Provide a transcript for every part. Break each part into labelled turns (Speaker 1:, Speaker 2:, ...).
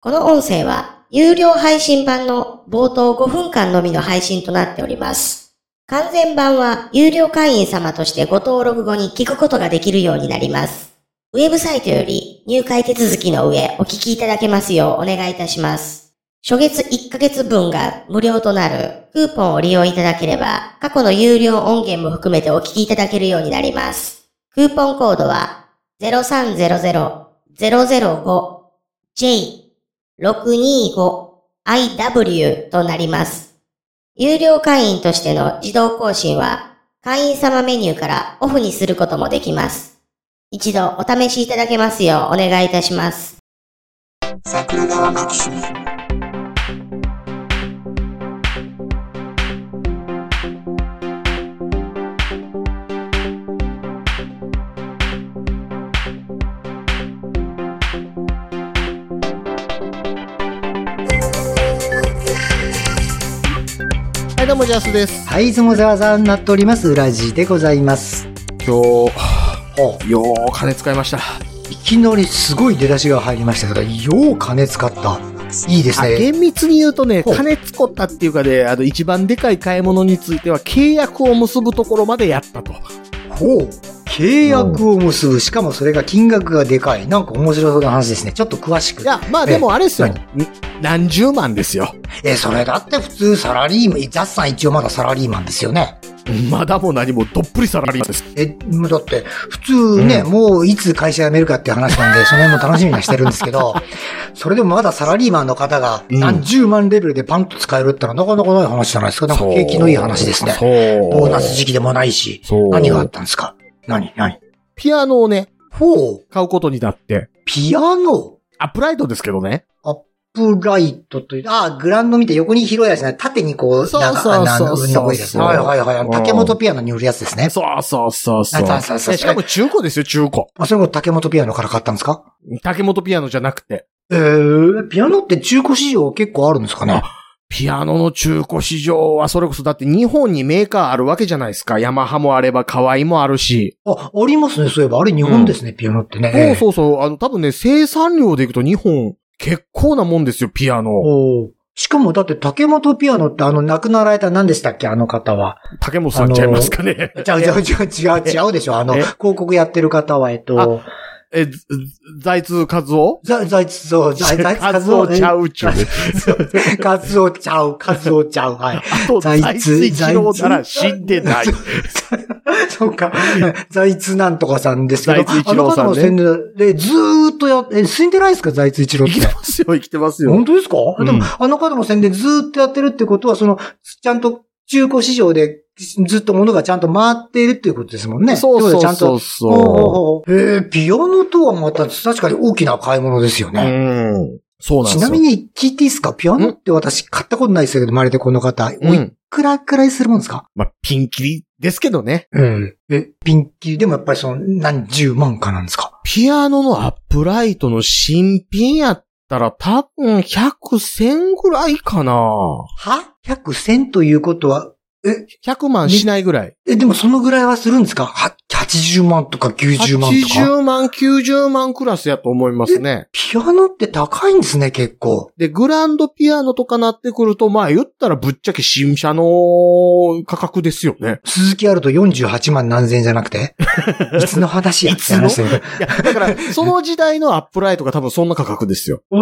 Speaker 1: この音声は有料配信版の冒頭5分間のみの配信となっております。完全版は有料会員様としてご登録後に聞くことができるようになります。ウェブサイトより入会手続きの上お聞きいただけますようお願いいたします。初月1ヶ月分が無料となるクーポンを利用いただければ過去の有料音源も含めてお聞きいただけるようになります。クーポンコードは 0300-005J625IW となります。有料会員としての自動更新は会員様メニューからオフにすることもできます。一度お試しいただけますようお願いいたします。
Speaker 2: 桜川マキシム
Speaker 3: はい、どうも、ジャスです。
Speaker 4: はい、いつもざわざわになっております。裏地でございます。
Speaker 3: 今日、よう金使いました。
Speaker 4: いきなりすごい出だしが入りましたけど、よう金使った。いいです
Speaker 3: あ
Speaker 4: ね。
Speaker 3: 厳密に言うとね、
Speaker 4: ほう
Speaker 3: 金使ったっていうかで、あの、一番でかい買い物については、契約を結ぶところまでやったと。
Speaker 4: ほう。契約を結ぶ。しかもそれが金額がでかい。なんか面白そうな話ですね。ちょっと詳しく
Speaker 3: い。や、まあでもあれですよ。
Speaker 4: え
Speaker 3: ん何十万ですよ。
Speaker 4: え、それだって普通サラリーマン、ザッさん一応まだサラリーマンですよね。
Speaker 3: まだも何もどっぷりサラリーマンです。
Speaker 4: え、だって、普通ね、
Speaker 3: う
Speaker 4: もういつ会社辞めるかっていう話なんで、その辺も楽しみにはしてるんですけど、 それでもまだサラリーマンの方が
Speaker 3: うん
Speaker 4: 何十万レベルでパンと使えるってのはなかなかない話じゃないですか。なんか景気のいい話ですね。
Speaker 3: そう。
Speaker 4: ボーナス時期でもないし、
Speaker 3: そう。
Speaker 4: 何があったんですか何何
Speaker 3: ピアノをね、
Speaker 4: ほう、
Speaker 3: 買うことになって。
Speaker 4: ピアノ
Speaker 3: アップライトですけどね。
Speaker 4: プライトという、あ、グラウンド見て横に広いやつね。縦にこう、
Speaker 3: そう
Speaker 4: なん
Speaker 3: そ
Speaker 4: か、
Speaker 3: う
Speaker 4: あの、
Speaker 3: そう
Speaker 4: 上に多いやつ。はいはいはいあ
Speaker 3: うん
Speaker 4: の。竹本ピアノに売るやつですね。
Speaker 3: そうそうそうそう。
Speaker 4: あそうそうそう
Speaker 3: えしかも中古ですよ、中古。
Speaker 4: あ、それこそ竹本ピアノから買ったんですか
Speaker 3: 竹本ピアノじゃなくて。
Speaker 4: えー、ピアノって中古市場結構あるんですかね
Speaker 3: ピアノの中古市場はそれこそだって日本にメーカーあるわけじゃないですか。ヤマハもあれば河合もあるし。
Speaker 4: あ、ありますね。そういえば、あれ日本ですね、ピアノってね。
Speaker 3: そうそうそう。あの多分ね、生産量でいくと日本結構なもんですよ、ピアノ。
Speaker 4: おーしかもだって竹本ピアノってあの亡くなられた何でしたっけあの方は。
Speaker 3: 竹本さんちゃいますかね。
Speaker 4: 違う違う違う違う違うでしょあの、
Speaker 3: え
Speaker 4: 広告やってる方は、えっと、
Speaker 3: え、ず財津和夫
Speaker 4: ざ、ざいつ、 そう、ざいざいつ
Speaker 3: 和
Speaker 4: かず
Speaker 3: 夫
Speaker 4: お
Speaker 3: ち ゃうちゅうね。
Speaker 4: かずおちゃう、かずおちゃう、はい。
Speaker 3: あと、
Speaker 4: 財津
Speaker 3: 財津一郎なら死んでない。
Speaker 4: そうか、財津なんとかさんですけど、
Speaker 3: 財津一郎さんね
Speaker 4: あの方の宣伝で、ずーっとやっ、え、死んでないですか財津一郎っ
Speaker 3: 生きて
Speaker 4: て。
Speaker 3: ますよ、生きてますよ。
Speaker 4: 本当ですか、
Speaker 3: うん
Speaker 4: でも、あの方の宣伝ずーっとやってるってことは、その、ちゃんと中古市場でずっと物がちゃんと回っているっていうことですもんね。
Speaker 3: そう
Speaker 4: ってことでち
Speaker 3: そ
Speaker 4: ゃ
Speaker 3: うん
Speaker 4: と
Speaker 3: そう
Speaker 4: ほうほ
Speaker 3: そ
Speaker 4: うほうへえピアノとはまた確かに大きな買い物ですよ
Speaker 3: う。う
Speaker 4: ね。
Speaker 3: ん。そうなんですよ。
Speaker 4: ちなみに聞いていいですかピアノって私買ったことないですけど、生まれてこの方。
Speaker 3: う
Speaker 4: おい
Speaker 3: ん。
Speaker 4: くらくらいするもんですか
Speaker 3: まあ、ピンキリですけどね。
Speaker 4: うん。え、ピンキーでもやっぱりその何十万かなんですか
Speaker 3: ピアノのアップライトの新品やったら多分100、1000ぐらいかな。
Speaker 4: は ?100、1000ということは、
Speaker 3: 100万しないぐらい。
Speaker 4: え、でもそのぐらいはするんですかは ?80 万とか90万とか。
Speaker 3: 80万、90万クラスやと思いますね。
Speaker 4: ピアノって高いんですね、結構。
Speaker 3: で、グランドピアノとかなってくると、まあ言ったらぶっちゃけ新車の価格ですよね。
Speaker 4: 鈴木あると48万何千円じゃな くていつの話やって話だけど。
Speaker 3: いや、だ から、その時代のアップライトが多分そんな価格ですよ。
Speaker 4: え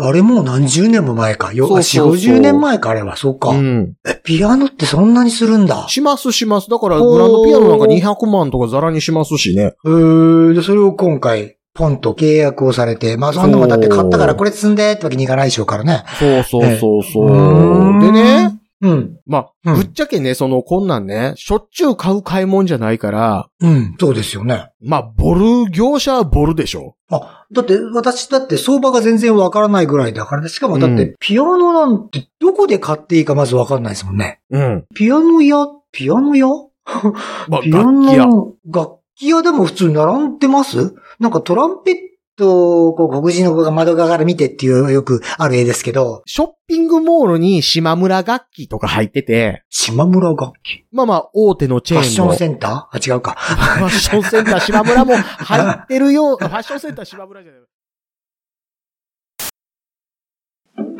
Speaker 4: あれもう何十年も前か。よ、
Speaker 3: そうそうそう
Speaker 4: 4、50年前か、あれは。そうか、
Speaker 3: うん。
Speaker 4: えピアノってそんなにするんだ。
Speaker 3: しますします。だから、グランドピアノなんか200万とかザラにしますしね。
Speaker 4: えー、でそれを今回、ポンと契約をされて、まあそんなもんだって買ったからこれ積んでってわけにいかないでしょうからね。
Speaker 3: そうそうそう
Speaker 4: うー
Speaker 3: そう。
Speaker 4: ん
Speaker 3: でね、。
Speaker 4: うん。
Speaker 3: ま
Speaker 4: う
Speaker 3: あ、
Speaker 4: ん
Speaker 3: ぶっちゃけね、その、こんなんね、しょっちゅう買う買い物じゃないから、
Speaker 4: うん。そうですよね。
Speaker 3: まあ、ボル、業者はボルでしょ。
Speaker 4: あ、だって、私だって相場が全然わからないぐらいだからね。しかもだっ
Speaker 3: う
Speaker 4: て、ピアノなんてどこで買っていいかまずわかんないですもんね。
Speaker 3: うん。
Speaker 4: ピアノ屋、ピアノ屋
Speaker 3: まあ、
Speaker 4: ピア
Speaker 3: 楽器や。
Speaker 4: ノ、楽器屋でも普通並んでますなんかトランペットをこう黒人の子が窓側から見てっていうよくある絵ですけど、
Speaker 3: ショッピングモールに島村楽器とか入ってて、
Speaker 4: 島村楽器。
Speaker 3: まあまあ、大手のチ
Speaker 4: フ
Speaker 3: ェ
Speaker 4: ァ
Speaker 3: ー
Speaker 4: ッ
Speaker 3: ン
Speaker 4: ショ
Speaker 3: の。
Speaker 4: ンセンターあ、違うか。
Speaker 3: ファッションセンター島村も入ってるよう、ファッションセンター島村じゃない。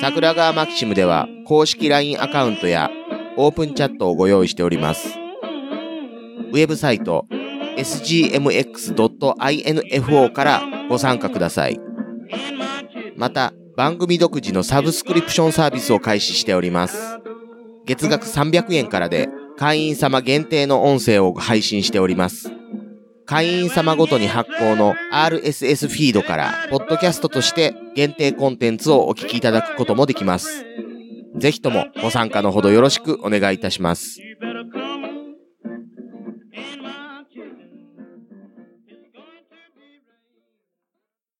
Speaker 3: 桜川マキシムでは公式 LINE アカウントやオープンチャットをご用意しております。ウェブサイト sgmx.info からご参加ください。また、番組独自のサブスクリプションサービスを開始しております。月額300円からで会員様限定の音声を配信しております。会員様ごとに発行の RSS フィードから、ポッドキャストとして限定コンテンツをお聞きいただくこともできます。ぜひともご参加のほどよろしくお願いいたします。